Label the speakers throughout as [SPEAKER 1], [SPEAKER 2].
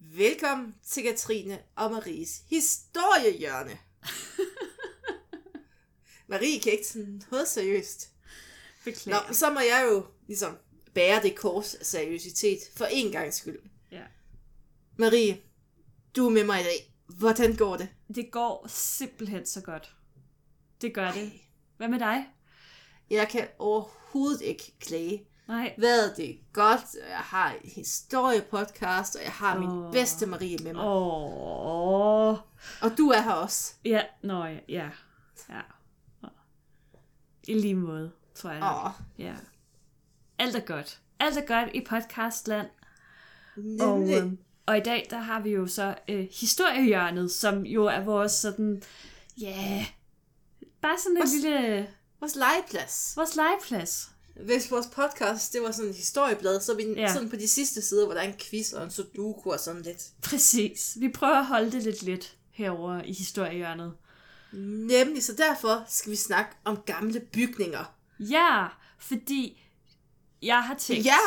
[SPEAKER 1] Velkommen til Katrine og Maries historiehjørne. Marie kan ikke sådan noget seriøst. Nå,
[SPEAKER 2] Beklager. Nå.
[SPEAKER 1] så må jeg jo ligesom bære det kors af seriøsitet for en gang skyld.
[SPEAKER 2] Ja.
[SPEAKER 1] Marie, du er med mig i dag. Hvordan går det?
[SPEAKER 2] Det går simpelthen så godt. Det gør det. Hvad med dig?
[SPEAKER 1] Jeg kan overhovedet ikke klage.
[SPEAKER 2] Nej.
[SPEAKER 1] Hvad det er godt, og jeg har en historiepodcast, og jeg har min
[SPEAKER 2] Åh.
[SPEAKER 1] bedste Marie med mig.
[SPEAKER 2] Åh.
[SPEAKER 1] Og du er her også.
[SPEAKER 2] Ja, nå ja. Ja. ja. I lige måde, tror jeg. nok.
[SPEAKER 1] Åh,
[SPEAKER 2] Ja. Alt er godt. Alt er godt i podcastland. Og,
[SPEAKER 1] nemlig.
[SPEAKER 2] øh, og i dag, der har vi jo så øh, historiehjørnet, som jo er vores sådan, ja, yeah, bare sådan en
[SPEAKER 1] Vores-
[SPEAKER 2] lille,
[SPEAKER 1] Vores legeplads.
[SPEAKER 2] vores legeplads.
[SPEAKER 1] Hvis vores podcast, det var sådan en historieblad, så er vi ja.
[SPEAKER 2] Ja.
[SPEAKER 1] sådan på de sidste sider, hvor der er en quiz og en sudoku og sådan lidt.
[SPEAKER 2] Præcis. Vi prøver at holde det lidt let herover i historiehjørnet.
[SPEAKER 1] Nemlig, så derfor skal vi snakke om gamle bygninger.
[SPEAKER 2] Ja, fordi jeg har tænkt...
[SPEAKER 1] Ja,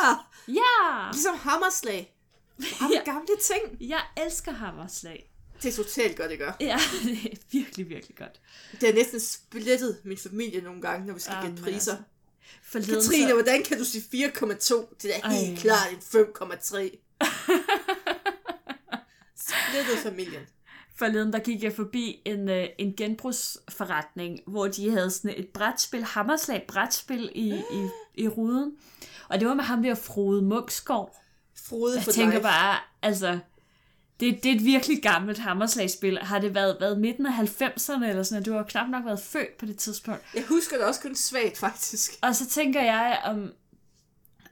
[SPEAKER 2] Ja!
[SPEAKER 1] ligesom hammerslag. Om ja.
[SPEAKER 2] Ja.
[SPEAKER 1] gamle ting.
[SPEAKER 2] Jeg elsker hammerslag.
[SPEAKER 1] Det er totalt godt, det gør.
[SPEAKER 2] Ja, det er virkelig, virkelig godt.
[SPEAKER 1] Det er næsten splittet min familie nogle gange, når vi skal
[SPEAKER 2] Ah,
[SPEAKER 1] gætte
[SPEAKER 2] men
[SPEAKER 1] priser.
[SPEAKER 2] altså, Forleden
[SPEAKER 1] Katrine,
[SPEAKER 2] så-
[SPEAKER 1] hvordan kan du sige 4,2? Det er da helt
[SPEAKER 2] Ej.
[SPEAKER 1] klart en 5,3. Splittet familien.
[SPEAKER 2] Forleden der gik jeg forbi en, øh, en genbrugsforretning, hvor de havde sådan et brætspil, hammerslag brætspil i, i, i ruden. Og det var med ham der Frode Mugskov.
[SPEAKER 1] Frode for
[SPEAKER 2] Jeg tænker
[SPEAKER 1] life.
[SPEAKER 2] bare, altså, det, det er et virkelig gammelt hammerslagspil. Har det været, været midten af 90'erne eller sådan noget? Du har jo knap nok været født på det tidspunkt.
[SPEAKER 1] Jeg husker det også kun svagt, faktisk.
[SPEAKER 2] Og så tænker jeg, om,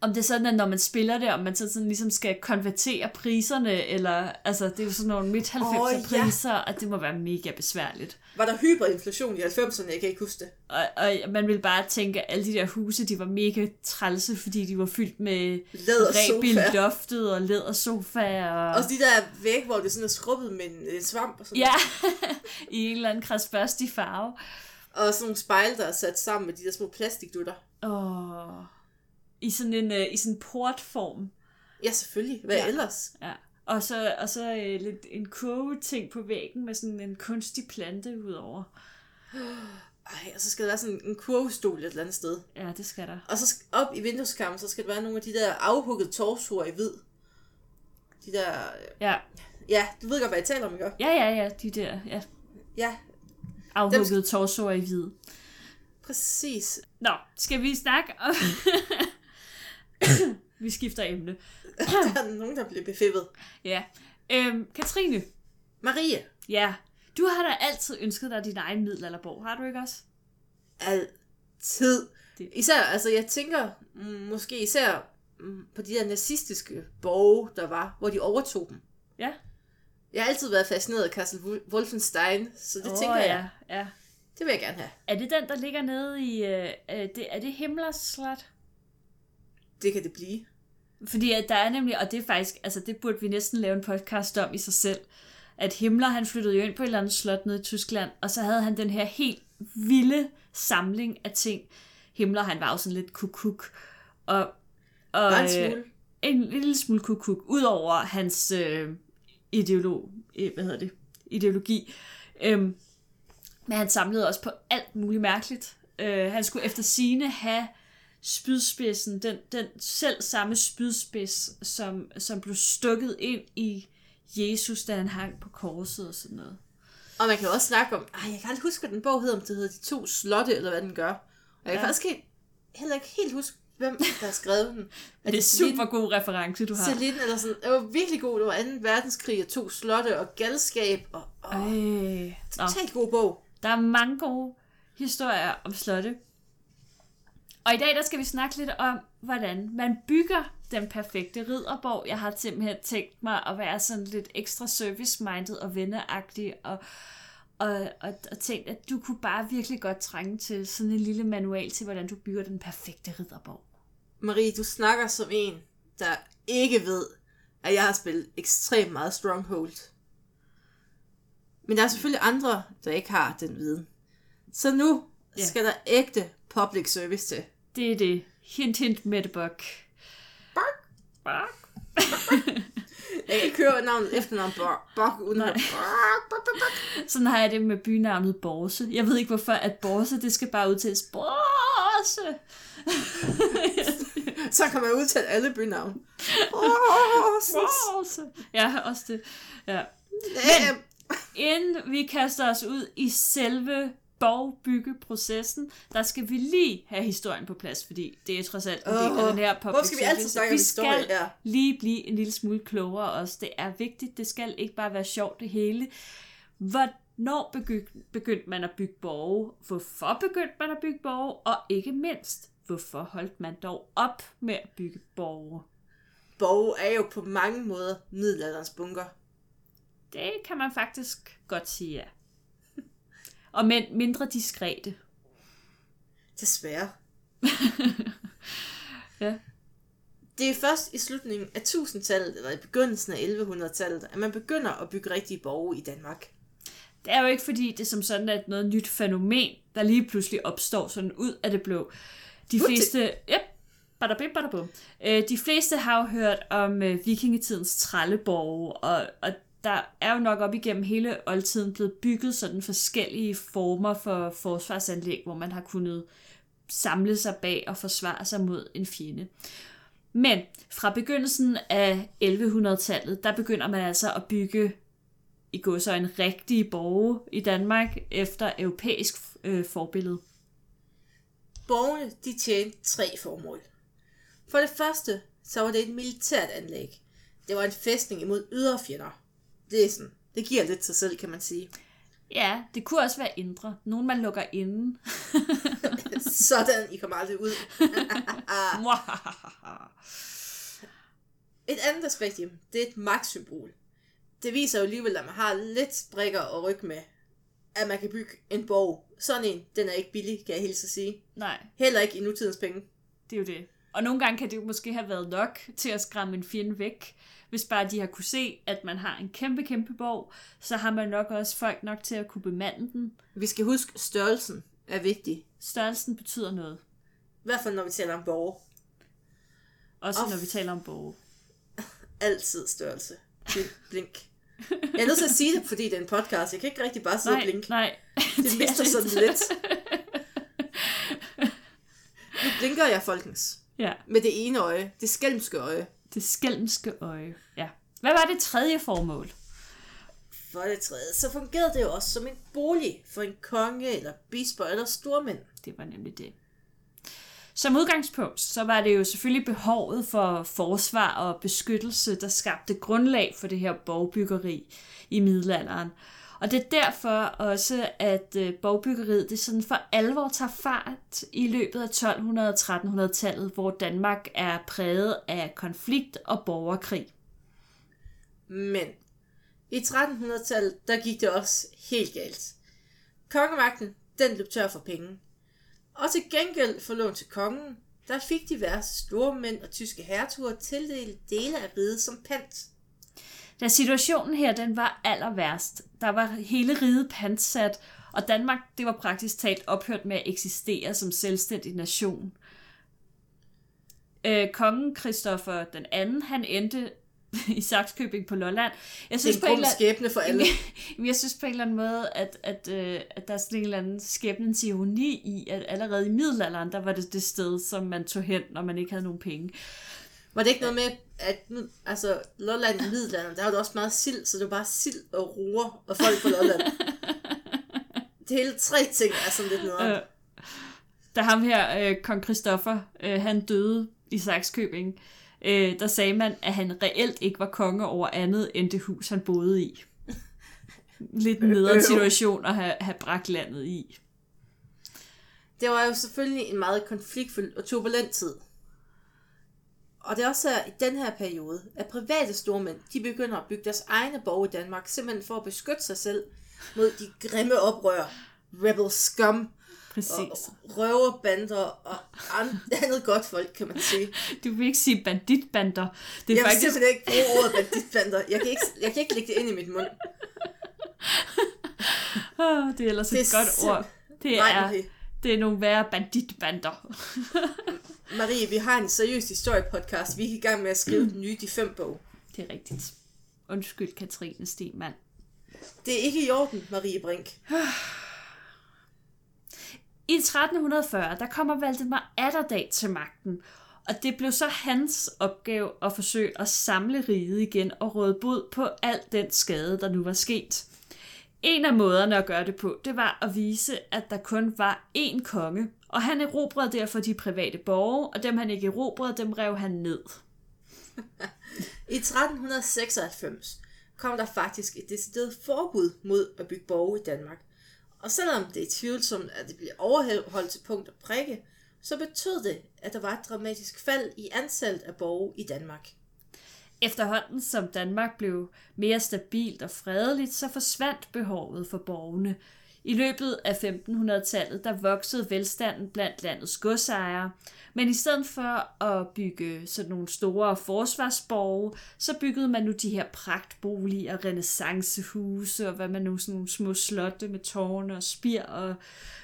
[SPEAKER 2] om det er sådan, at når man spiller det, om man så sådan ligesom skal konvertere priserne, eller, altså, det er jo sådan nogle midt-90'er priser, oh, ja. og det må være mega besværligt.
[SPEAKER 1] Var der hyperinflation i 90'erne? Jeg kan ikke huske det.
[SPEAKER 2] Og, og man ville bare tænke, at alle de der huse, de var mega trælse, fordi de var fyldt med
[SPEAKER 1] Læder
[SPEAKER 2] reb i
[SPEAKER 1] sofa.
[SPEAKER 2] loftet og lædersofa og...
[SPEAKER 1] Og de der væg, hvor det sådan er skrubbet med en, en svamp og sådan
[SPEAKER 2] Ja, i en eller anden krasbørstig farve.
[SPEAKER 1] noget. Og sådan nogle spejle, der er sat sammen med de der små plastikdutter.
[SPEAKER 2] Og i sådan en øh, i sådan en portform.
[SPEAKER 1] Ja, selvfølgelig. Hvad ja.
[SPEAKER 2] Ja.
[SPEAKER 1] ellers?
[SPEAKER 2] Ja. Og så, og så øh, lidt en kurve ting på væggen med sådan en kunstig plante udover.
[SPEAKER 1] Ej, og så skal der være sådan en kurvestol et eller andet sted.
[SPEAKER 2] Ja, det skal der.
[SPEAKER 1] Og så sk- op i vindueskammen, så skal der være nogle af de der afhuggede torsoer i hvid. De der... øh,
[SPEAKER 2] Ja,
[SPEAKER 1] Ja, du ved godt, hvad jeg taler om, ikke?
[SPEAKER 2] ja, ja, ja de der ja,
[SPEAKER 1] Ja,
[SPEAKER 2] afhuggede torsoer i hvid.
[SPEAKER 1] præcis.
[SPEAKER 2] Nå, skal vi snakke om... vi skifter emne.
[SPEAKER 1] Der er nogen, der bliver befippet.
[SPEAKER 2] Ja. Øhm, Katrine,
[SPEAKER 1] Marie.
[SPEAKER 2] ja, du har da altid ønsket dig din egen middelalderborg, har du ikke også?
[SPEAKER 1] Altid.
[SPEAKER 2] Det-
[SPEAKER 1] Især, altså jeg tænker mm, måske især mm, på de der nazistiske borge, der var, hvor de overtog dem.
[SPEAKER 2] Ja.
[SPEAKER 1] Jeg har altid været fascineret af Castle Wol- Wolfenstein, så det oh, tænker
[SPEAKER 2] ja,
[SPEAKER 1] jeg,
[SPEAKER 2] ja.
[SPEAKER 1] det vil jeg gerne have.
[SPEAKER 2] Er det den, der ligger nede i... Øh, øh, det, er det Himmlers slot?
[SPEAKER 1] Det kan det blive.
[SPEAKER 2] Fordi at der er nemlig, og det er faktisk, altså det burde vi næsten lave en podcast om i sig selv, at Himmler han flyttede jo ind på et eller andet slot nede i Tyskland, og så havde han den her helt vilde samling af ting. Himmler han var jo sådan lidt kukuk, og, og
[SPEAKER 1] Bare en
[SPEAKER 2] øh,
[SPEAKER 1] smule.
[SPEAKER 2] en lille smule kukuk, udover hans øh, ideolog, øh, hvad hedder det, ideologi. Øhm, men han samlede også på alt muligt mærkeligt. Øh, han skulle efter sine have spydspidsen, den, den selv samme spydspids, som, som blev stukket ind i Jesus, da han hang på korset og sådan noget.
[SPEAKER 1] Og man kan jo også snakke om, ej, jeg kan aldrig huske, hvad den bog hedder, om det hedder De to slotte, eller hvad den gør. Og jeg kan
[SPEAKER 2] Ja.
[SPEAKER 1] faktisk helt, heller ikke helt huske, hvem der har skrevet den. Er
[SPEAKER 2] Det er super god reference, du har.
[SPEAKER 1] Celine eller sådan. Det var virkelig god. Det var 2. verdenskrig og to slotte og galskab. Og, og
[SPEAKER 2] Ej. Nå.
[SPEAKER 1] totalt god bog.
[SPEAKER 2] Der er mange gode historier om slotte. Og i dag der skal vi snakke lidt om, hvordan man bygger den perfekte ridderborg. Jeg har simpelthen tænkt mig at være sådan lidt ekstra service-minded og venneagtig og, og, og, og tænkt, at du kunne bare virkelig godt trænge til sådan en lille manual til, hvordan du bygger den perfekte ridderborg.
[SPEAKER 1] Marie, du snakker som en, der ikke ved, at jeg har spillet ekstremt meget Stronghold. Men der er selvfølgelig andre, der ikke har den viden. Så nu
[SPEAKER 2] Ja.
[SPEAKER 1] skal der ægte public service til.
[SPEAKER 2] Det er det. Hint, hint, Mette Bok.
[SPEAKER 1] Bark.
[SPEAKER 2] Bok.
[SPEAKER 1] Jeg Jeg kan ikke høre navnet efternavn Bok, Bok uden at... Bok, Bok, Bok, Bok.
[SPEAKER 2] Sådan har jeg det med bynavnet Borse. Jeg ved ikke hvorfor, at Borse, det skal bare udtales Borse.
[SPEAKER 1] Så kan man udtale alle bynavn.
[SPEAKER 2] Borse. Ja, også det. Ja.
[SPEAKER 1] Men,
[SPEAKER 2] Inden vi kaster os ud i selve borgbyggeprocessen, der skal vi lige have historien på plads, fordi det er trods alt en del af den her public
[SPEAKER 1] hvor skal vi altid
[SPEAKER 2] service.
[SPEAKER 1] snakke om
[SPEAKER 2] Vi
[SPEAKER 1] historie
[SPEAKER 2] skal
[SPEAKER 1] her?
[SPEAKER 2] lige blive en lille smule klogere også. Det er vigtigt. Det skal ikke bare være sjovt det hele. Hvornår begy- begyndte man at bygge borge? Hvorfor begyndte man at bygge borge? Og ikke mindst, hvorfor holdt man dog op med at bygge borge?
[SPEAKER 1] Borg er jo på mange måder middelalderens bunker.
[SPEAKER 2] Det kan man faktisk godt sige, ja. Og men mindre diskrete.
[SPEAKER 1] Desværre.
[SPEAKER 2] Ja.
[SPEAKER 1] Det er først i slutningen af 1000-tallet, eller i begyndelsen af 1100-tallet, at man begynder at bygge rigtige borge i Danmark.
[SPEAKER 2] Det er jo ikke fordi, det som sådan er noget nyt fænomen, der lige pludselig opstår sådan ud af det blå. De
[SPEAKER 1] Uti.
[SPEAKER 2] fleste, yep, badabim, badabum. Øh, de fleste har jo hørt om øh, vikingetidens trælleborge, og, og der er jo nok op igennem hele oldtiden blevet bygget sådan forskellige former for forsvarsanlæg, hvor man har kunnet samle sig bag og forsvare sig mod en fjende. Men fra begyndelsen af 1100-tallet, der begynder man altså at bygge i går så en rigtige borge i Danmark efter europæisk øh, forbillede.
[SPEAKER 1] Borgene, de tjente tre formål. For det første, så var det et militært anlæg. Det var en fæstning imod ydre fjender. Det er sådan, det giver lidt sig selv, kan man sige.
[SPEAKER 2] Ja, det kunne også være indre. Nogen man lukker inden.
[SPEAKER 1] Sådan, I kommer aldrig ud.
[SPEAKER 2] Ah.
[SPEAKER 1] Et andet aspekt, jamen, det er et magtsymbol. Det viser jo alligevel, at man har lidt brikker og ryg med, at man kan bygge en borg. Sådan en, den er ikke billig, kan jeg hilse at sige.
[SPEAKER 2] Nej,
[SPEAKER 1] Heller ikke i nutidens penge.
[SPEAKER 2] det er jo det. Og nogle gange kan det jo måske have været nok til at skræmme en fjende væk. Hvis bare de har kunne se, at man har en kæmpe, kæmpe borg, så har man nok også folk nok til at kunne bemande den.
[SPEAKER 1] Vi skal huske, størrelsen er vigtig.
[SPEAKER 2] Størrelsen betyder noget.
[SPEAKER 1] I hvert fald, når vi taler om borg.
[SPEAKER 2] Også
[SPEAKER 1] Og
[SPEAKER 2] når
[SPEAKER 1] f-
[SPEAKER 2] vi taler om borge.
[SPEAKER 1] Altid størrelse. Blink, blink. Jeg er nødt til at sige det, fordi det er en podcast. Jeg kan ikke rigtig bare sidde og
[SPEAKER 2] Nej,
[SPEAKER 1] blinke.
[SPEAKER 2] nej.
[SPEAKER 1] Det mister sådan lidt. Nu blinker jeg, folkens.
[SPEAKER 2] Ja.
[SPEAKER 1] Med det ene øje. Det skælmske øje.
[SPEAKER 2] Det skælmske øje. Ja. Hvad var det tredje formål?
[SPEAKER 1] For det tredje, så fungerede det jo også som en bolig for en konge, eller bisper, eller stormænd.
[SPEAKER 2] Det var nemlig det. Som udgangspunkt, så var det jo selvfølgelig behovet for forsvar og beskyttelse, der skabte grundlag for det her borgbyggeri i middelalderen. Og det er derfor også, at øh, borgbyggeriet det sådan for alvor tager fart i løbet af 1200- og 1300-tallet, hvor Danmark er præget af konflikt og borgerkrig.
[SPEAKER 1] Men i 1300-tallet, der gik det også helt galt. Kongemagten, den løb tør for penge. Og til gengæld for lån til kongen, der fik diverse stormænd og tyske hertuger tildelt dele af riget som pant.
[SPEAKER 2] Da situationen her, den var aller værst. Der var hele riget pansat, og Danmark, det var praktisk talt ophørt med at eksistere som selvstændig nation. Øh, kongen Christoffer den anden, han endte i Saxkøbing på Lolland. Jeg
[SPEAKER 1] Det er
[SPEAKER 2] synes,
[SPEAKER 1] en
[SPEAKER 2] på en,
[SPEAKER 1] grum
[SPEAKER 2] eller...
[SPEAKER 1] skæbne for alle.
[SPEAKER 2] Jamen, jeg synes på en eller anden måde, at, at, øh, at der er sådan en eller anden skæbnens ironi i, at allerede i middelalderen, der var det det sted, som man tog hen, når man ikke havde nogen penge.
[SPEAKER 1] Var det ikke noget med, at nu, altså, Lolland i Middelalderen, der var der også meget sild, så det var bare sild og roer og folk på Lolland. det hele tre ting er sådan lidt noget.
[SPEAKER 2] Øh. da ham her, øh, kong Christoffer, øh, han døde i Saxkøbing, øh, der sagde man, at han reelt ikke var konge over andet end det hus, han boede i. Lidt
[SPEAKER 1] Øh,
[SPEAKER 2] en nederen situation at have, have bragt landet i.
[SPEAKER 1] Det var jo selvfølgelig en meget konfliktfyldt og turbulent tid. Og det er også her, i den her periode, at private stormænd, de begynder at bygge deres egne borg i Danmark, simpelthen for at beskytte sig selv mod de grimme oprør, rebel scum, og
[SPEAKER 2] Præcis.
[SPEAKER 1] røverbander og an- andet godt folk, kan man sige.
[SPEAKER 2] Du vil ikke sige banditbander. Det
[SPEAKER 1] Jeg
[SPEAKER 2] er
[SPEAKER 1] vil
[SPEAKER 2] faktisk...
[SPEAKER 1] simpelthen ikke bruge ordet banditbander. Jeg kan ikke, jeg kan ikke lægge det ind i mit mund.
[SPEAKER 2] Åh, det er ellers
[SPEAKER 1] Det
[SPEAKER 2] et
[SPEAKER 1] er
[SPEAKER 2] godt
[SPEAKER 1] sim-
[SPEAKER 2] ord. Det
[SPEAKER 1] Nej,
[SPEAKER 2] er,
[SPEAKER 1] Marie.
[SPEAKER 2] det er nogle værre banditbander.
[SPEAKER 1] Marie, vi har en seriøs historiepodcast. Vi er i gang med at skrive den nye De Fem Bog.
[SPEAKER 2] Det er rigtigt. Undskyld, Katrine Stemann.
[SPEAKER 1] Det er ikke i orden, Marie Brink.
[SPEAKER 2] I 1340, der kommer Valdemar Atterdag til magten, og det blev så hans opgave at forsøge at samle riget igen og råde bod på al den skade, der nu var sket. En af måderne at gøre det på, det var at vise, at der kun var én konge, og han erobrede derfor de private borgere, og dem han ikke erobrede, dem rev han ned.
[SPEAKER 1] I 1396 kom der faktisk et decideret forbud mod at bygge borge i Danmark. Og selvom det er tvivlsomt, at det bliver overholdt til punkt og prikke, så betød det, at der var et dramatisk fald i antallet af borge i Danmark.
[SPEAKER 2] Efterhånden som Danmark blev mere stabilt og fredeligt, så forsvandt behovet for borgene. I løbet af 1500-tallet der voksede velstanden blandt landets godsejere, men i stedet for at bygge sådan nogle store forsvarsborge, så byggede man nu de her pragtboliger, renaissancehuse og hvad man nu sådan nogle små slotte med tårne og spir og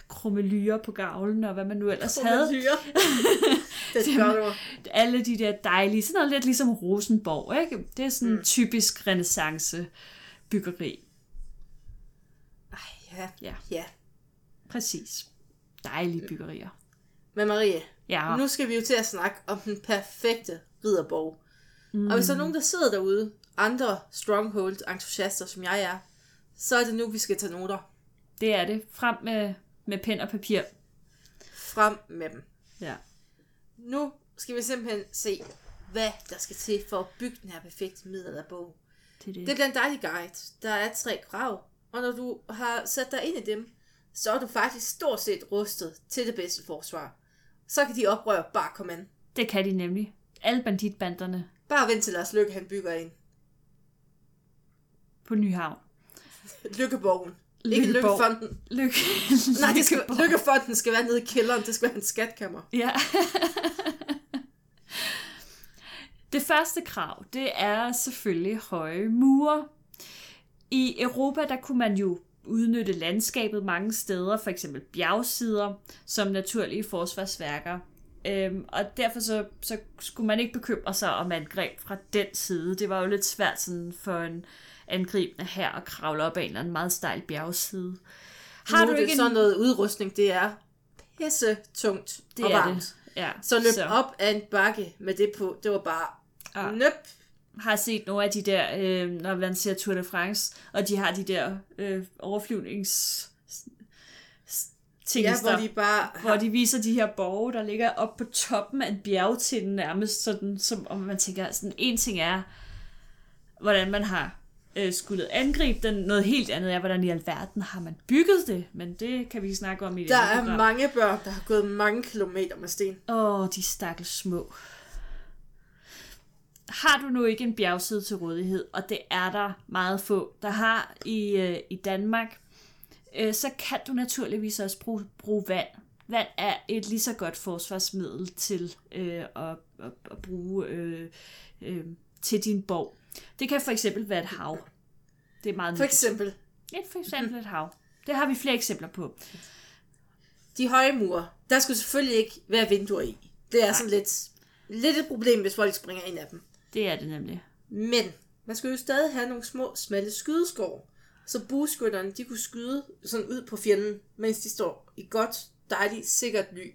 [SPEAKER 2] krummelyer på gavlen og hvad man nu ellers havde
[SPEAKER 1] Kromalyre. det gør du.
[SPEAKER 2] alle de der dejlige, sådan noget lidt ligesom Rosenborg, ikke? Det er sådan mm. typisk renaissance byggeri.
[SPEAKER 1] Ej, ja.
[SPEAKER 2] Ja.
[SPEAKER 1] ja.
[SPEAKER 2] Præcis. Dejlige byggerier.
[SPEAKER 1] Men Marie,
[SPEAKER 2] Ja.
[SPEAKER 1] nu skal vi jo til at snakke om den perfekte ridderborg. Mm. Og hvis der er nogen, der sidder derude, andre stronghold-entusiaster, som jeg er, så er det nu, vi skal tage noter
[SPEAKER 2] Det er det. Frem med, med pen og papir.
[SPEAKER 1] frem med dem.
[SPEAKER 2] Ja.
[SPEAKER 1] Nu skal vi simpelthen se, hvad der skal til for at bygge den her perfekte middelalderbog.
[SPEAKER 2] Det er det.
[SPEAKER 1] Det bliver en dejlig guide. Der er tre krav, og når du har sat dig ind i dem, så er du faktisk stort set rustet til det bedste forsvar. Så kan de oprør bare komme an.
[SPEAKER 2] det kan de nemlig. Alle banditbanderne
[SPEAKER 1] Bare vent til Lars Lykke, han bygger en.
[SPEAKER 2] på Nyhavn.
[SPEAKER 1] Lykkeborgen. Ikke
[SPEAKER 2] Lykkeborg.
[SPEAKER 1] Lykkefonden.
[SPEAKER 2] Lykke.
[SPEAKER 1] Nej, det skal, Lykkefonden skal være nede i kælderen. Det skal være en skatkammer.
[SPEAKER 2] Ja. det første krav, det er selvfølgelig høje mure. I Europa, der kunne man jo udnytte landskabet mange steder, for eksempel bjergsider, som naturlige forsvarsværker. Øhm, og derfor så, så skulle man ikke bekymre sig om angreb fra den side. Det var jo lidt svært sådan for en angribende her at kravle op ad en eller anden meget stejl bjergside. Har
[SPEAKER 1] nu er
[SPEAKER 2] du ikke
[SPEAKER 1] det
[SPEAKER 2] en...
[SPEAKER 1] sådan noget udrustning, det er pisse tungt
[SPEAKER 2] det
[SPEAKER 1] og
[SPEAKER 2] er
[SPEAKER 1] varmt.
[SPEAKER 2] det. Ja,
[SPEAKER 1] Så løb så. op af en bakke med det på. Det var bare...
[SPEAKER 2] Ah.
[SPEAKER 1] Ah. Nøp.
[SPEAKER 2] har set nogle af de der, øh, når man ser Tour de France, og de har de der øh, overflyvnings s- ting,
[SPEAKER 1] Ja,
[SPEAKER 2] ja,
[SPEAKER 1] hvor
[SPEAKER 2] der,
[SPEAKER 1] de
[SPEAKER 2] de...
[SPEAKER 1] bare...
[SPEAKER 2] hvor de viser de her borge, der ligger op på toppen af en bjergtind nærmest, sådan, som om man tænker, sådan en ting er, hvordan man har øh, skulle angribe den, noget helt andet er, hvordan i alverden har man bygget det, men det kan vi snakke om i et
[SPEAKER 1] Der
[SPEAKER 2] andet
[SPEAKER 1] er
[SPEAKER 2] program.
[SPEAKER 1] mange børn, der har gået mange kilometer med sten.
[SPEAKER 2] Åh, oh, de stakkels små. Har du nu ikke en bjergside til rådighed, og det er der meget få, der har i, øh, i Danmark, øh, så kan du naturligvis også bruge, bruge vand. Vand er et lige så godt forsvarsmiddel til øh, at, at, at bruge øh, øh, til din borg. Det kan for eksempel være et hav. Det er meget
[SPEAKER 1] For
[SPEAKER 2] nyttigt.
[SPEAKER 1] eksempel,
[SPEAKER 2] Ja, for eksempel et hav. Det har vi flere eksempler på.
[SPEAKER 1] de høje mure. Der skulle selvfølgelig ikke være vinduer i. Det er sådan lidt, lidt et problem, hvis folk springer ind af dem.
[SPEAKER 2] Det er det nemlig.
[SPEAKER 1] Men man skulle jo stadig have nogle små, smalle skydeskår, så bueskytterne de kunne skyde sådan ud på fjenden, mens de står i godt, dejligt, sikkert ly.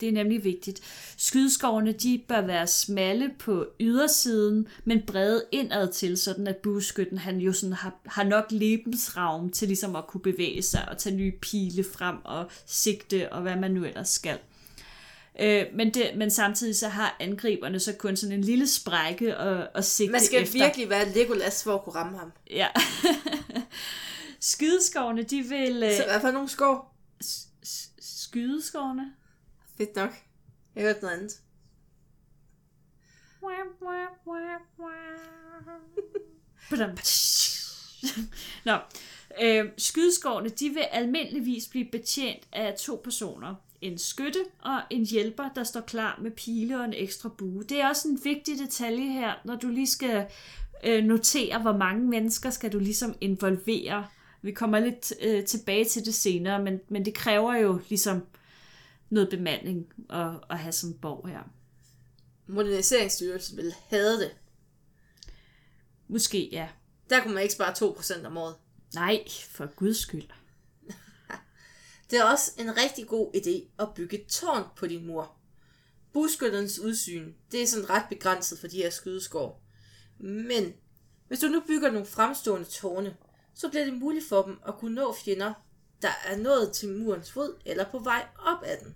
[SPEAKER 2] Det er nemlig vigtigt. Skydeskovene de bør være smalle på ydersiden, men brede indad til, sådan at bueskytten han jo sådan har, har nok lebensraum til ligesom at kunne bevæge sig og tage nye pile frem og sigte og hvad man nu ellers skal. Øh, men, det, men samtidig så har angriberne så kun sådan en lille sprække at, at sigte
[SPEAKER 1] Man skal
[SPEAKER 2] efter.
[SPEAKER 1] virkelig være Legolas for at kunne ramme ham.
[SPEAKER 2] Ja. skydeskovene, de vil... Øh,
[SPEAKER 1] Så i hvert fald nogle skår.
[SPEAKER 2] s- s- skydeskovene?
[SPEAKER 1] Fedt nok. Jeg hørte noget andet.
[SPEAKER 2] Badum. Nå, øh, skydeskårene de vil almindeligvis blive betjent af to personer. En skytte og en hjælper, der står klar med pile og en ekstra bue. Det er også en vigtig detalje her, når du lige skal øh, notere, hvor mange mennesker skal du ligesom involvere. Vi kommer lidt øh, tilbage til det senere, men, men det kræver jo ligesom noget bemanding at, at have sådan en borg her.
[SPEAKER 1] Moderniseringsstyrelsen ville have det.
[SPEAKER 2] Måske, ja.
[SPEAKER 1] Der kunne man ikke spare 2% om året.
[SPEAKER 2] Nej, for guds skyld.
[SPEAKER 1] Det er også en rigtig god idé at bygge et tårn på din mur. Buskytternes udsyn, det er sådan ret begrænset for de her skydeskår. Men hvis du nu bygger nogle fremstående tårne, så bliver det muligt for dem at kunne nå fjender, der er nået til murens fod eller på vej op ad den.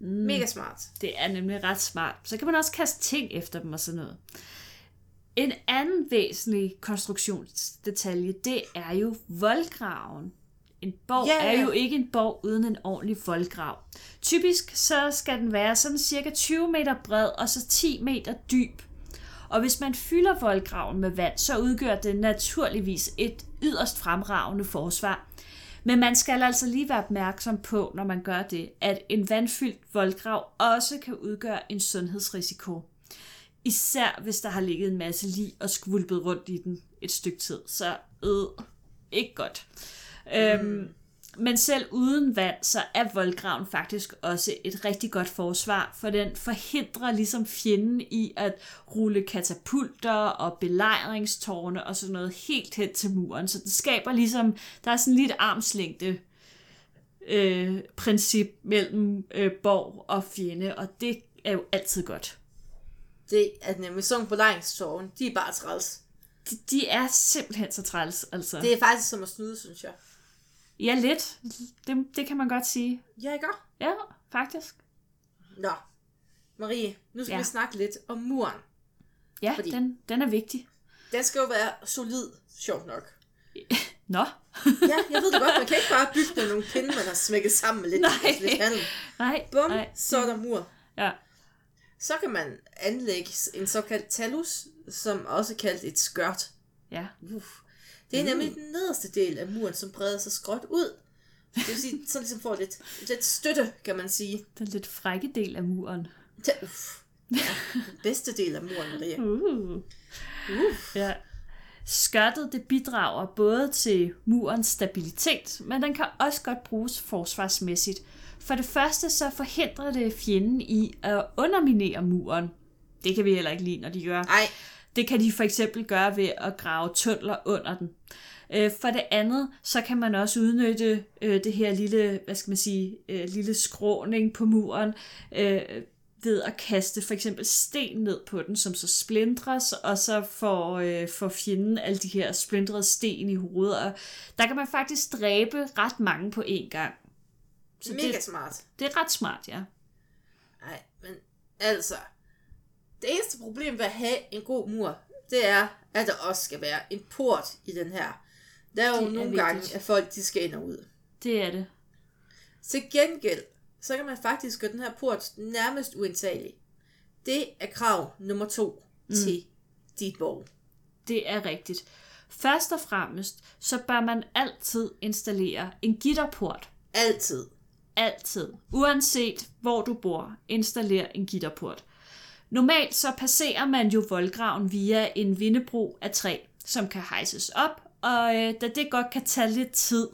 [SPEAKER 1] Mm. Mega smart.
[SPEAKER 2] Det er nemlig ret smart. Så kan man også kaste ting efter dem og sådan noget. En anden væsentlig konstruktionsdetalje, det er jo voldgraven. En borg
[SPEAKER 1] Ja.
[SPEAKER 2] yeah. er jo ikke en borg uden en ordentlig voldgrav. Typisk så skal den være sådan cirka 20 meter bred og så 10 meter dyb. Og hvis man fylder voldgraven med vand, så udgør det naturligvis et yderst fremragende forsvar. Men man skal altså lige være opmærksom på, når man gør det, at en vandfyldt voldgrav også kan udgøre en sundhedsrisiko. Især hvis der har ligget en masse lig og skvulpet rundt i den et stykke tid. Så øh, ikke godt. Øhm, men selv uden vand, så er voldgraven faktisk også et rigtig godt forsvar, for den forhindrer ligesom fjenden i at rulle katapulter og belejringstårne og sådan noget helt hen til muren. Så den skaber ligesom, der er sådan lidt armslængde øh, princip mellem øh, borg og fjende, og det er jo altid godt.
[SPEAKER 1] Det er nemlig sådan på lejringstårne, de er bare træls.
[SPEAKER 2] De, de er simpelthen så træls, altså. Det...
[SPEAKER 1] Det er faktisk som at snyde, synes jeg.
[SPEAKER 2] Ja, lidt. Det, det kan man godt sige.
[SPEAKER 1] Ja, ikke? også?
[SPEAKER 2] Ja, faktisk.
[SPEAKER 1] Nå, Marie, nu skal
[SPEAKER 2] Ja.
[SPEAKER 1] ja. vi snakke lidt om muren.
[SPEAKER 2] Ja,
[SPEAKER 1] Fordi-
[SPEAKER 2] Fordi... den, den er vigtig.
[SPEAKER 1] Den skal jo være solid, sjovt nok.
[SPEAKER 2] Nå,
[SPEAKER 1] Ja, jeg ved det godt, man kan ikke bare bygge den med nogle pinde, man har smækket sammen med lidt,
[SPEAKER 2] Nej.
[SPEAKER 1] lidt handel.
[SPEAKER 2] nej,
[SPEAKER 1] Bum,
[SPEAKER 2] nej.
[SPEAKER 1] så er der mur.
[SPEAKER 2] Ja.
[SPEAKER 1] Så kan man anlægge en såkaldt talus, som også kaldt et skørt.
[SPEAKER 2] Ja,
[SPEAKER 1] Uff. Det er
[SPEAKER 2] Mm.
[SPEAKER 1] nemlig den nederste del af muren, som breder sig skråt ud. Det vil sige, så ligesom får lidt, lidt støtte, kan man sige.
[SPEAKER 2] den lidt frække del af muren.
[SPEAKER 1] Ta- Uff. Ja, den bedste del af muren, Maria.
[SPEAKER 2] Uh. Ja. Skørtet det bidrager både til murens stabilitet, men den kan også godt bruges forsvarsmæssigt. For det første så forhindrer det fjenden i at underminere muren. Det kan vi heller ikke lide, når de gør.
[SPEAKER 1] Ej,
[SPEAKER 2] Det kan de for eksempel gøre ved at grave tunneler under den. Øh, For det andet, så kan man også udnytte øh, det her lille, hvad skal man sige, øh, lille skråning på muren øh, ved at kaste for eksempel sten ned på den, som så splindres, og så får, øh, får fjenden alle de her splindrede sten i hovedet. Og der kan man faktisk dræbe ret mange på én gang. Så
[SPEAKER 1] mega
[SPEAKER 2] det,
[SPEAKER 1] smart.
[SPEAKER 2] det er ret smart, ja.
[SPEAKER 1] Nej, men altså, det eneste problem ved at have en god mur, det er, at der også skal være en port i den her. Der er jo
[SPEAKER 2] Det er
[SPEAKER 1] nogle
[SPEAKER 2] vigtigt.
[SPEAKER 1] gange, at folk de skal ind og ud.
[SPEAKER 2] Det er det.
[SPEAKER 1] Til gengæld, så kan man faktisk gøre den her port nærmest uindtagelig. Det er krav nummer to mm. til dit borg.
[SPEAKER 2] Det er rigtigt. Først og fremmest, så bør man altid installere en gitterport.
[SPEAKER 1] Altid.
[SPEAKER 2] Altid. Uanset hvor du bor, installer en gitterport. Normalt så passerer man jo voldgraven via en vindebro af træ, som kan hejses op, og øh, da det godt kan tage lidt tid,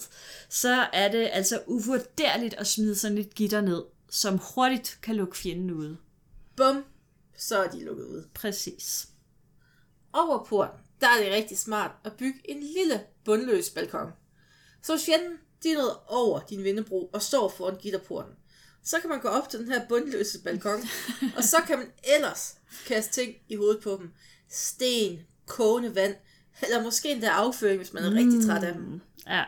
[SPEAKER 2] så er det altså uvurderligt at smide sådan et gitter ned, som hurtigt kan lukke fjenden ude.
[SPEAKER 1] Bum, så er de lukket ud.
[SPEAKER 2] Præcis.
[SPEAKER 1] Over porten, der er det rigtig smart at bygge en lille bundløs balkon. Så hvis fjenden de er nået over din vindebro og står foran gitterporten, så kan man gå op til den her bundløse balkon, og så kan man ellers kaste ting i hovedet på dem. Sten, kogende vand, eller måske endda afføring, hvis man er rigtig træt af dem.
[SPEAKER 2] Ja,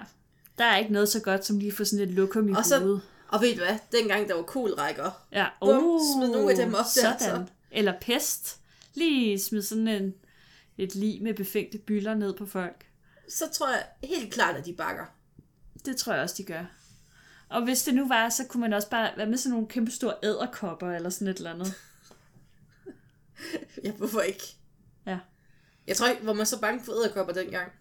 [SPEAKER 2] der er ikke noget så godt som lige at få sådan et lokum i
[SPEAKER 1] Og, så,
[SPEAKER 2] hovedet.
[SPEAKER 1] og ved du hvad, dengang der var kolrækker,
[SPEAKER 2] Ja, uh,
[SPEAKER 1] Bum, smid nogle af dem op der, altså.
[SPEAKER 2] sådan.
[SPEAKER 1] så.
[SPEAKER 2] Eller pest. Lige smid sådan en, et lig med befængte byller ned på folk.
[SPEAKER 1] så tror jeg helt klart, at de bakker.
[SPEAKER 2] Det tror jeg også, de gør. Og hvis det nu var, så kunne man også bare være med sådan nogle kæmpe store æderkopper eller sådan et eller andet.
[SPEAKER 1] Ja, hvorfor ikke?
[SPEAKER 2] Ja,
[SPEAKER 1] Jeg tror ikke, hvor man så bange for æderkopper dengang.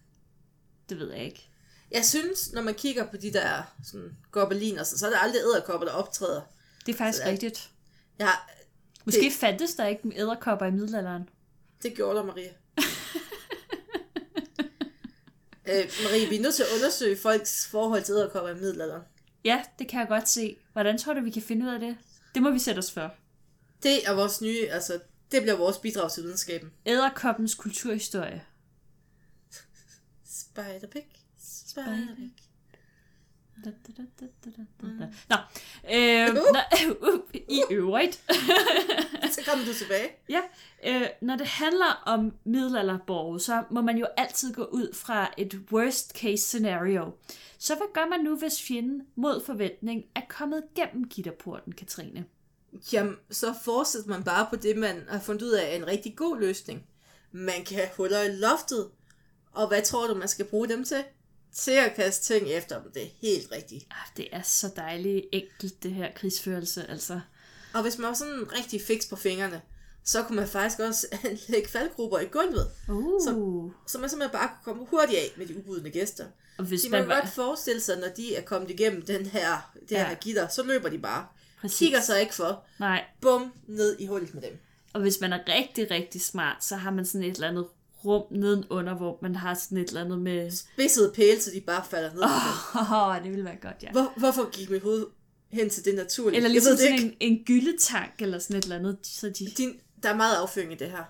[SPEAKER 2] det ved jeg ikke.
[SPEAKER 1] Jeg synes, når man kigger på de der sådan, gobbeliner, så, så er der aldrig æderkopper, der optræder.
[SPEAKER 2] Det er faktisk
[SPEAKER 1] Så-
[SPEAKER 2] rigtigt.
[SPEAKER 1] Ja,
[SPEAKER 2] Måske det... fandtes der ikke æderkopper i middelalderen.
[SPEAKER 1] det gjorde der, Maria. øh, Marie, vi er nødt til at undersøge folks forhold til æderkopper i middelalderen.
[SPEAKER 2] Ja, det kan jeg godt se. Hvordan tror du, vi kan finde ud af det? Det må vi sætte os for.
[SPEAKER 1] Det er vores nye, altså, det bliver vores bidrag til videnskaben.
[SPEAKER 2] Æderkoppens kulturhistorie.
[SPEAKER 1] Spider-Pig. Spider-Pig.
[SPEAKER 2] Da, da, da, da, da, da, da.
[SPEAKER 1] Mm.
[SPEAKER 2] Nå, øh,
[SPEAKER 1] Uh-huh.
[SPEAKER 2] når, i øvrigt,
[SPEAKER 1] Så kommer du tilbage.
[SPEAKER 2] ja, øh, når det handler om middelalderborge, så må man jo altid gå ud fra et worst case scenario. Så hvad gør man nu, hvis fjenden mod forventning er kommet gennem gitterporten, Katrine?
[SPEAKER 1] Jamen, så fortsætter man bare på det, man har fundet ud af er en rigtig god løsning. Man kan have huller i loftet. Og hvad tror du, man skal bruge dem til? Til at kaste ting efter dem. Det er helt rigtigt.
[SPEAKER 2] Ah, det er så dejligt enkelt, det her krigsførelse, altså.
[SPEAKER 1] Og hvis man var sådan rigtig fiks på fingrene, så kunne man faktisk også lægge faldgrupper i gulvet,
[SPEAKER 2] Uh.
[SPEAKER 1] Så- så man simpelthen bare kunne komme hurtigt af med de ubudne gæster.
[SPEAKER 2] og hvis
[SPEAKER 1] De man
[SPEAKER 2] man
[SPEAKER 1] kan
[SPEAKER 2] var...
[SPEAKER 1] godt forestille sig, når de er kommet igennem den her, det her
[SPEAKER 2] Ja.
[SPEAKER 1] gitter, så løber de bare.
[SPEAKER 2] Præcis.
[SPEAKER 1] Kigger sig ikke for.
[SPEAKER 2] Nej,
[SPEAKER 1] Bum, ned i hullet med dem.
[SPEAKER 2] Og hvis man er rigtig, rigtig smart, så har man sådan et eller andet rum nedenunder, hvor man har sådan et eller andet med...
[SPEAKER 1] Spidsede pæle, så de bare falder ned. Oh.
[SPEAKER 2] Åh, oh, det ville være godt, ja.
[SPEAKER 1] Hvor, hvorfor gik mit hoved hen til det naturlige?
[SPEAKER 2] Eller
[SPEAKER 1] Jeg
[SPEAKER 2] ligesom
[SPEAKER 1] ved det
[SPEAKER 2] sådan en, en gyldetank eller sådan et eller andet. Så de,
[SPEAKER 1] Din, der er meget afføring i det her.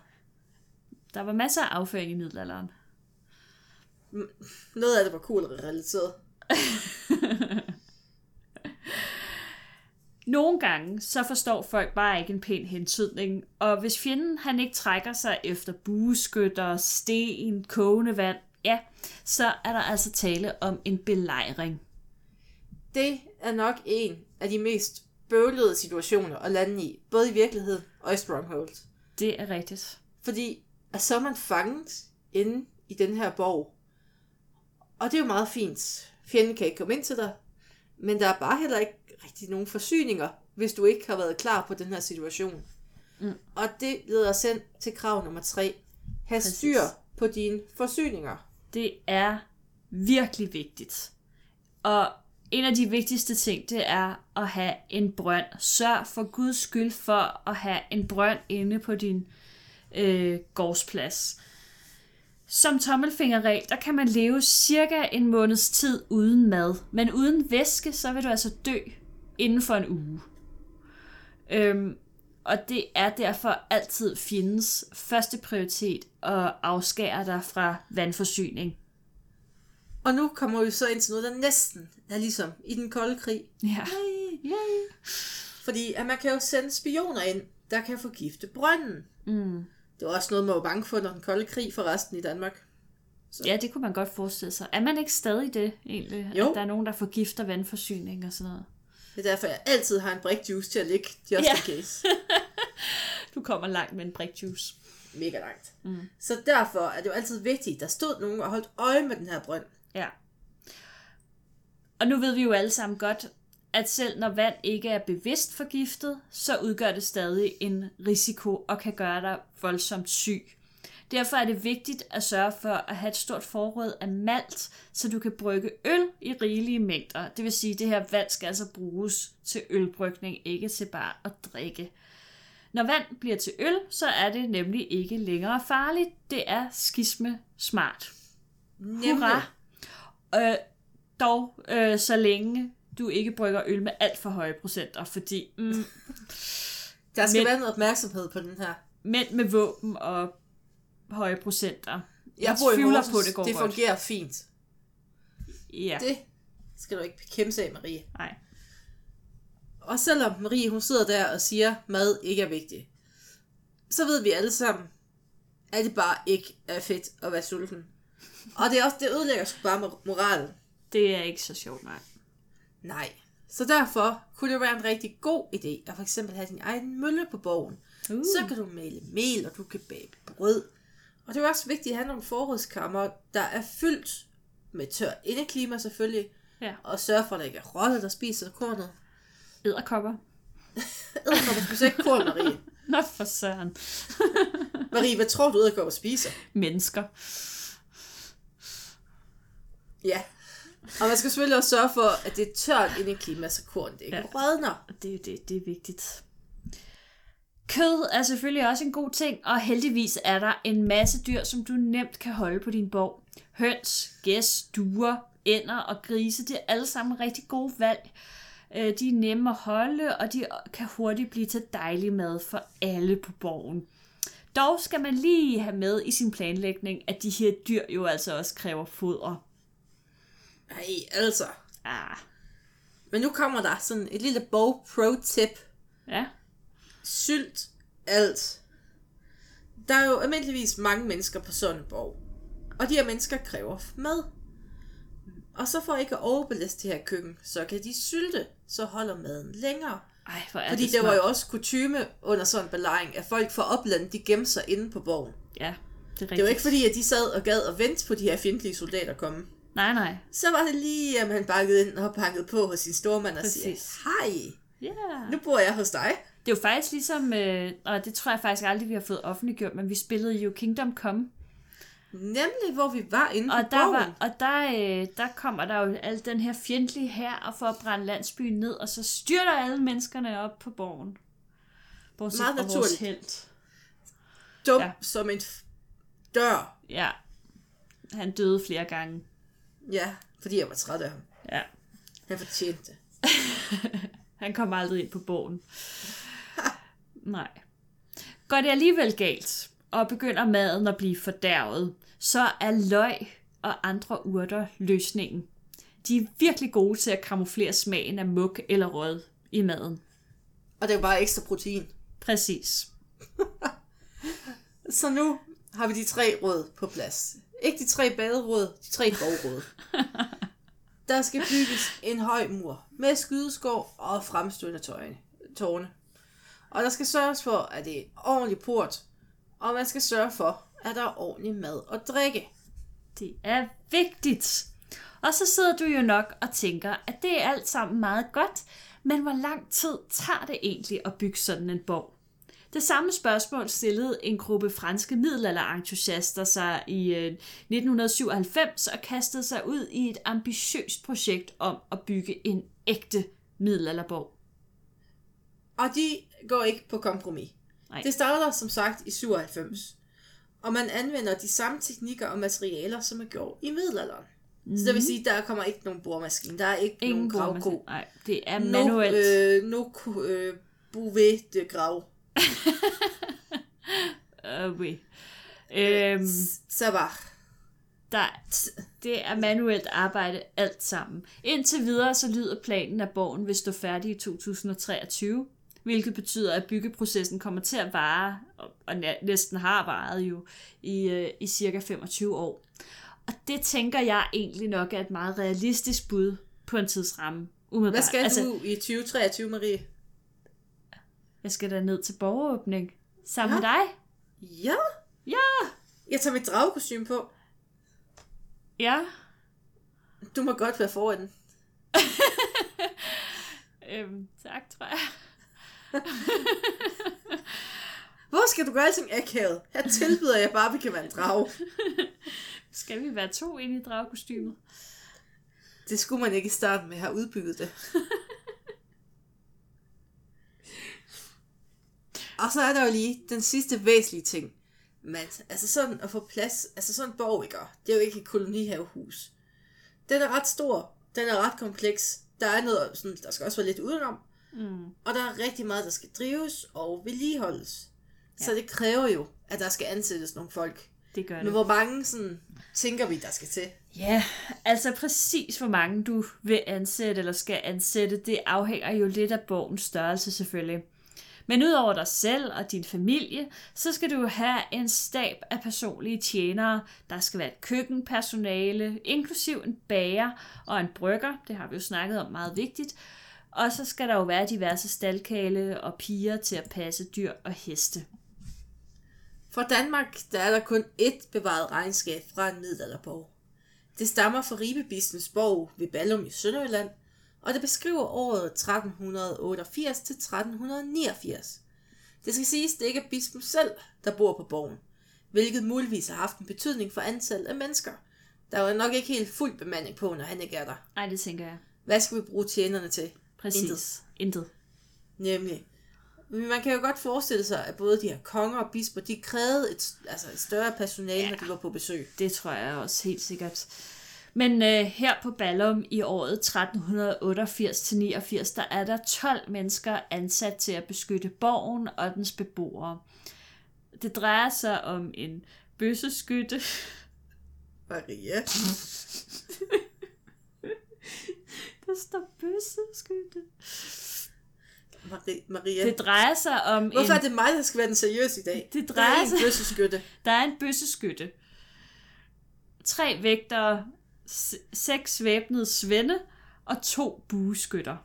[SPEAKER 2] der var masser af afføring i middelalderen.
[SPEAKER 1] Noget af det var cool relateret.
[SPEAKER 2] Nogle gange, så forstår folk bare ikke en pæn hentydning, og hvis fjenden han ikke trækker sig efter bueskytter, sten, kogende vand, ja, så er der altså tale om en belejring.
[SPEAKER 1] Det er nok en af de mest bøvlede situationer at lande i, både i virkeligheden og i Stronghold.
[SPEAKER 2] Det er rigtigt.
[SPEAKER 1] Fordi at så er man fanget inde i den her borg. Og det er jo meget fint. Fjenden kan ikke komme ind til dig. Men der er bare heller ikke rigtig nogen forsyninger, hvis du ikke har været klar på den her situation.
[SPEAKER 2] Mm.
[SPEAKER 1] Og det leder os hen til krav nummer tre. Ha'
[SPEAKER 2] Præcis.
[SPEAKER 1] styr på dine forsyninger.
[SPEAKER 2] Det er virkelig vigtigt. Og en af de vigtigste ting, det er at have en brønd. Sørg for Guds skyld for at have en brønd inde på din øh, gårdsplads. Som tommelfingerregel, der kan man leve cirka en måneds tid uden mad. Men uden væske, så vil du altså dø inden for en uge. Øhm, og det er derfor altid fjendens første prioritet at afskære dig fra vandforsyning.
[SPEAKER 1] Og nu kommer vi så ind til noget, der næsten er ligesom i den kolde krig.
[SPEAKER 2] Ja.
[SPEAKER 1] Fordi at man kan jo sende spioner ind, der kan forgifte brønden.
[SPEAKER 2] Mm.
[SPEAKER 1] Det var også noget, man var bange for, når den kolde krig forresten i Danmark.
[SPEAKER 2] ja, det kunne man godt forestille sig. Er man ikke stadig det, egentlig?
[SPEAKER 1] Jo.
[SPEAKER 2] At der er nogen, der forgifter vandforsyning og sådan noget?
[SPEAKER 1] Det er derfor, jeg altid har en brikjuice til at ligge, just
[SPEAKER 2] Ja.
[SPEAKER 1] in case.
[SPEAKER 2] Du kommer langt med en brikjuice.
[SPEAKER 1] Mega langt. Mm. Så derfor er det jo altid vigtigt, at der stod nogen og holdt øje med den her brønd.
[SPEAKER 2] Ja. Og nu ved vi jo alle sammen godt, at selv når vand ikke er bevidst forgiftet, så udgør det stadig en risiko og kan gøre dig voldsomt syg. Derfor er det vigtigt at sørge for at have et stort forråd af malt, så du kan brygge øl i rigelige mængder. Det vil sige, at det her vand skal altså bruges til ølbrygning, ikke til bare at drikke. Når vand bliver til øl, så er det nemlig ikke længere farligt. Det er skisme smart. Hurra! Øh, dog, øh, så længe du ikke brygger øl med alt for høje procenter, fordi mm,
[SPEAKER 1] Der skal
[SPEAKER 2] Men-
[SPEAKER 1] Men... være noget opmærksomhed på den her.
[SPEAKER 2] mænd med våben og høje procenter, jeg, jeg
[SPEAKER 1] bor i
[SPEAKER 2] tvivler
[SPEAKER 1] Horsens.
[SPEAKER 2] på, det går
[SPEAKER 1] det
[SPEAKER 2] godt.
[SPEAKER 1] fungerer fint.
[SPEAKER 2] Ja,
[SPEAKER 1] Det skal du ikke kæmpe sig af, Marie.
[SPEAKER 2] nej.
[SPEAKER 1] Og selvom Marie hun sidder der og siger, at mad ikke er vigtigt, så ved vi alle sammen, at det bare ikke er fedt at være sulten. Og det, er også, det ødelægger sgu bare mor- moralen.
[SPEAKER 2] Det er ikke så sjovt, nej.
[SPEAKER 1] Nej. Så derfor kunne det være en rigtig god idé at for eksempel have din egen mølle på borgen.
[SPEAKER 2] Uh.
[SPEAKER 1] Uh. Så kan du male mel, og du kan bage brød. Og det er jo også vigtigt at have nogle forrådskammer, der er fyldt med tør indeklima selvfølgelig,
[SPEAKER 2] Ja,
[SPEAKER 1] og sørge for, at der ikke er rotter, der spiser kornet.
[SPEAKER 2] æderkopper.
[SPEAKER 1] Edderkopper spiser ikke korn, Marie.
[SPEAKER 2] Nå for søren.
[SPEAKER 1] Marie, hvad tror du, edderkopper spiser?
[SPEAKER 2] Mennesker.
[SPEAKER 1] Ja. Og man skal selvfølgelig også sørge for, at det er tørt indeklima, så korn det ikke
[SPEAKER 2] Ja.
[SPEAKER 1] ja. rødner.
[SPEAKER 2] Og Det, det, det er vigtigt. Kød er selvfølgelig også en god ting, og heldigvis er der en masse dyr, som du nemt kan holde på din borg. Høns, gæs, duer, ænder og grise, det er alle sammen rigtig gode valg. Øh, De er nemme at holde, og de kan hurtigt blive til dejlig mad for alle på borgen. Dog skal man lige have med i sin planlægning, at de her dyr jo altså også kræver foder.
[SPEAKER 1] Ej, altså.
[SPEAKER 2] Ah,
[SPEAKER 1] Men nu kommer der sådan et lille bog pro-tip.
[SPEAKER 2] ja.
[SPEAKER 1] Sylt alt. Der er jo almindeligvis mange mennesker på Sundborg. Og de her mennesker kræver mad. Og så for ikke at overbelaste det her køkken, så kan de sylte, så holder maden længere.
[SPEAKER 2] Ej, hvor er
[SPEAKER 1] Fordi
[SPEAKER 2] det
[SPEAKER 1] det, det var
[SPEAKER 2] smart.
[SPEAKER 1] jo også kutyme under sådan en belejring, at folk fra oplandet, de gemte sig inde på borgen.
[SPEAKER 2] Ja, det er rigtigt.
[SPEAKER 1] Det var ikke fordi, at de sad og gad og vente på de her fjendtlige soldater komme.
[SPEAKER 2] Nej, nej.
[SPEAKER 1] Så var det lige, at han bakkede ind og pakkede på hos sin stormand og siger,
[SPEAKER 2] Præcis.
[SPEAKER 1] hej,
[SPEAKER 2] Ja. Yeah.
[SPEAKER 1] nu bor jeg hos dig.
[SPEAKER 2] Det er jo faktisk ligesom, øh, og det tror jeg faktisk aldrig, vi har fået offentliggjort, men vi spillede jo Kingdom Come,
[SPEAKER 1] Nemlig, hvor vi var inde
[SPEAKER 2] og
[SPEAKER 1] på
[SPEAKER 2] der,
[SPEAKER 1] borgen.
[SPEAKER 2] var, og der, øh, der kommer der jo al den her fjendtlige her og for at brænde landsbyen ned, og så styrter alle menneskerne op på borgen. Bortset
[SPEAKER 1] Meget
[SPEAKER 2] fra vores
[SPEAKER 1] naturligt.
[SPEAKER 2] helt.
[SPEAKER 1] Dum
[SPEAKER 2] ja.
[SPEAKER 1] ja. som en f- dør.
[SPEAKER 2] Ja. Han døde flere gange.
[SPEAKER 1] Ja, fordi jeg var træt af ham.
[SPEAKER 2] Ja.
[SPEAKER 1] Han fortjente det.
[SPEAKER 2] Han kom aldrig ind på borgen. Nej. Går det alligevel galt, og begynder maden at blive fordærvet, så er løg og andre urter løsningen. De er virkelig gode til at kamuflere smagen af muk eller rød i maden.
[SPEAKER 1] Og det var bare ekstra protein.
[SPEAKER 2] Præcis.
[SPEAKER 1] Så nu har vi de tre råd på plads. Ikke de tre baderåd, de tre borgråd. Der skal bygges en høj mur med skydeskår og fremstødende tøjne- tårne. Og der skal sørges for, at det er en ordentlig port, og man skal sørge for, at der er ordentlig mad og drikke.
[SPEAKER 2] Det er vigtigt. Og så sidder du jo nok og tænker, at det er alt sammen meget godt, men hvor lang tid tager det egentlig at bygge sådan en borg? Det samme spørgsmål stillede en gruppe franske middelalderentusiaster sig i øh, 1997 og kastede sig ud i et ambitiøst projekt om at bygge en ægte middelalderborg.
[SPEAKER 1] Og de går ikke på kompromis.
[SPEAKER 2] Nej.
[SPEAKER 1] Det starter som sagt i 97. Og man anvender de samme teknikker og materialer, som man gjorde i middelalderen. Så
[SPEAKER 2] Mhm.
[SPEAKER 1] det vil sige, der kommer ikke nogen boremaskine, der er ikke Ingen nogen
[SPEAKER 2] bordmaskine.
[SPEAKER 1] gravko.
[SPEAKER 2] Nej, det er manuelt.
[SPEAKER 1] No, øh, no ku- øh, bouvet de grav.
[SPEAKER 2] Øh, oui. øhm,
[SPEAKER 1] Ça va.
[SPEAKER 2] Der, det er manuelt arbejde alt sammen. Indtil videre så lyder planen, at borgen vil stå færdig i 2023, hvilket betyder, at byggeprocessen kommer til at vare, og- og næ- næsten har varet jo, i, øh, i cirka 25 år. Og det tænker jeg egentlig nok er et meget realistisk bud på en tidsramme. Umiddelbart.
[SPEAKER 1] Hvad skal
[SPEAKER 2] altså,
[SPEAKER 1] altså... du i 2023, Marie?
[SPEAKER 2] Jeg skal da ned til borgeråbning. Sammen ja. med dig?
[SPEAKER 1] Ja,
[SPEAKER 2] Ja!
[SPEAKER 1] jeg tager mit dragkostume på.
[SPEAKER 2] Ja.
[SPEAKER 1] Du må godt være foran den.
[SPEAKER 2] Øhm, tak, tror jeg.
[SPEAKER 1] Hvor skal du gøre alting akavet? Her tilbyder jeg bare, at vi kan være en drage.
[SPEAKER 2] Skal vi være to inde i dragkostymet?
[SPEAKER 1] Det skulle man ikke i starten med at have udbygget det. og så er der jo lige den sidste væsentlige ting. Men altså sådan at få plads, altså sådan en borg, ikke? det er jo ikke et kolonihavehus. Den er ret stor, den er ret kompleks, der er noget, sådan, der skal også være lidt udenom,
[SPEAKER 2] Mm.
[SPEAKER 1] og der er rigtig meget, der skal drives og vedligeholdes. Så det kræver jo, at der skal ansættes nogle folk.
[SPEAKER 2] Det gør
[SPEAKER 1] Men
[SPEAKER 2] det.
[SPEAKER 1] hvor mange sådan, tænker vi, der skal til?
[SPEAKER 2] Ja, altså præcis hvor mange du vil ansætte eller skal ansætte, det afhænger jo lidt af borgens størrelse selvfølgelig. Men udover dig selv og din familie, så skal du have en stab af personlige tjenere. Der skal være et køkkenpersonale, inklusiv en bager og en brygger. Det har vi jo snakket om meget vigtigt. Og så skal der jo være diverse staldkale og piger til at passe dyr og heste.
[SPEAKER 1] For Danmark, der er der kun ét bevaret regnskab fra en middelalderborg. Det stammer fra Ribebistens borg ved Ballum i Sønderjylland, og det beskriver året 1388 til 1389. Det skal siges, det ikke er bispen selv, der bor på borgen, hvilket muligvis har haft en betydning for antallet af mennesker. Der var nok ikke helt fuld bemanding på, når han ikke er der.
[SPEAKER 2] Ej, det tænker jeg.
[SPEAKER 1] Hvad skal vi bruge tjenerne til?
[SPEAKER 2] Præcis. Intet. Intet.
[SPEAKER 1] Nemlig. Men man kan jo godt forestille sig, at både de her konger og bisper, de krævede et, altså et større personale, ja. når de var på besøg.
[SPEAKER 2] Det tror jeg også helt sikkert. Men øh, her på Ballum i året 1388-89, der er der 12 mennesker ansat til at beskytte borgen og dens beboere. Det drejer sig om en bøsseskytte.
[SPEAKER 1] Maria.
[SPEAKER 2] Der står bøsseskytte.
[SPEAKER 1] Maria. Maria.
[SPEAKER 2] Det
[SPEAKER 1] Det,
[SPEAKER 2] drejer sig om
[SPEAKER 1] Hvorfor
[SPEAKER 2] en...
[SPEAKER 1] er det mig, der skal være den seriøse i dag?
[SPEAKER 2] Det
[SPEAKER 1] Der er
[SPEAKER 2] drejer
[SPEAKER 1] en
[SPEAKER 2] sig-
[SPEAKER 1] bøsseskytte.
[SPEAKER 2] Der er en bøsseskytte. Tre vægtere, s- seks væbnede svende og to bueskytter.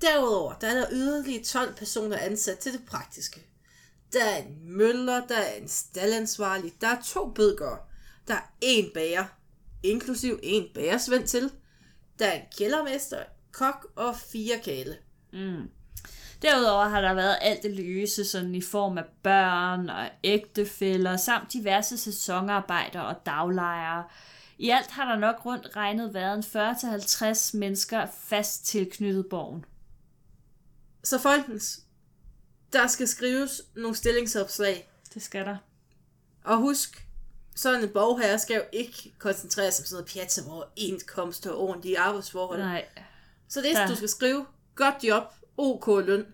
[SPEAKER 1] Derudover, der er der yderligere 12 personer ansat til det praktiske. Der er en møller, der er en staldansvarlig, der er to bødgere, der er en bager, inklusiv en bagersvend til, der er en kældermester, kok og fire kæle.
[SPEAKER 2] Derudover har der været alt det løse, sådan i form af børn og ægtefæller, samt diverse sæsonarbejdere og daglejere. I alt har der nok rundt regnet været en 40-50 mennesker fast tilknyttet borgen.
[SPEAKER 1] Så folkens, der skal skrives nogle stillingsopslag,
[SPEAKER 2] Det skal der.
[SPEAKER 1] og husk, sådan en borgherre skal jo ikke koncentrere sig om sådan noget pjat som overindkomst og ordentlige arbejdsforhold.
[SPEAKER 2] Nej.
[SPEAKER 1] Så det er,
[SPEAKER 2] Der-
[SPEAKER 1] du skal skrive, godt job, ok løn.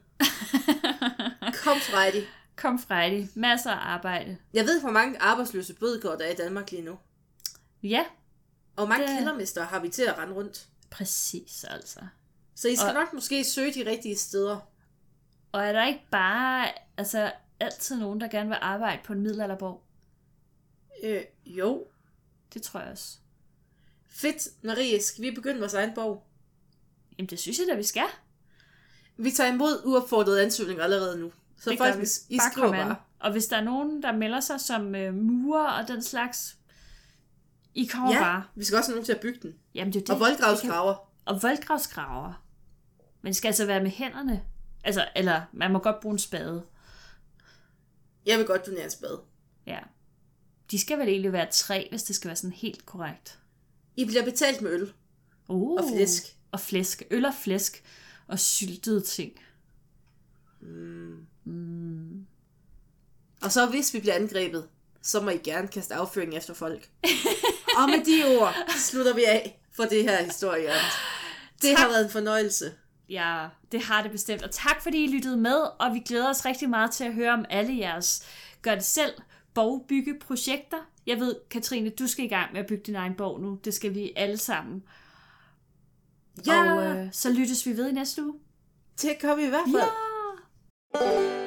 [SPEAKER 1] Kom Friday.
[SPEAKER 2] Kom Friday. Masser af arbejde.
[SPEAKER 1] Jeg ved, hvor mange arbejdsløse bødgård der er i Danmark lige nu.
[SPEAKER 2] Ja,
[SPEAKER 1] Og hvor mange
[SPEAKER 2] Det-
[SPEAKER 1] det... kældermester har vi til at rende rundt.
[SPEAKER 2] præcis altså.
[SPEAKER 1] Så I skal
[SPEAKER 2] Og-
[SPEAKER 1] og... nok måske søge de rigtige steder.
[SPEAKER 2] Og er der ikke bare altså, altid nogen, der gerne vil arbejde på en middelalderborg?
[SPEAKER 1] Øh, jo.
[SPEAKER 2] Det tror jeg også.
[SPEAKER 1] Fedt, Marie, skal vi begynde vores egen borg?
[SPEAKER 2] Jamen, det synes jeg da, vi skal.
[SPEAKER 1] Vi tager imod uopfordrede ansøgninger allerede nu. Så
[SPEAKER 2] Det gør vi.
[SPEAKER 1] folkens, I skriver
[SPEAKER 2] kom an.
[SPEAKER 1] bare.
[SPEAKER 2] Og hvis der er nogen, der melder sig som øh, murer og den slags, I kommer ja.
[SPEAKER 1] Ja,
[SPEAKER 2] bare.
[SPEAKER 1] vi skal også have nogen til at bygge den.
[SPEAKER 2] Jamen, det er jo det.
[SPEAKER 1] Og voldgravsgraver.
[SPEAKER 2] det kan- Og voldgravsgraver. Men det skal altså være med hænderne. Altså, eller man må godt bruge en spade.
[SPEAKER 1] Jeg vil godt donere en spade.
[SPEAKER 2] Ja. De skal vel egentlig være tre, hvis det skal være sådan helt korrekt.
[SPEAKER 1] I bliver betalt med øl.
[SPEAKER 2] Uh,
[SPEAKER 1] Og flæsk.
[SPEAKER 2] Og flæsk. Øl og flæsk. Og syltede ting.
[SPEAKER 1] Mm. Og så hvis vi bliver angrebet, så må I gerne kaste afføring efter folk. og med de ord slutter vi af for det her historie. Det har været en fornøjelse.
[SPEAKER 2] Ja, det har det bestemt. Og tak fordi I lyttede med, og vi glæder os rigtig meget til at høre om alle jeres gør det selv borgbyggeprojekter. Jeg ved, Katrine, du skal i gang med at bygge din egen borg nu. Det skal vi alle sammen.
[SPEAKER 1] Ja,
[SPEAKER 2] Og øh, så lyttes vi ved i næste uge.
[SPEAKER 1] det gør vi i hvert fald.
[SPEAKER 2] Ja!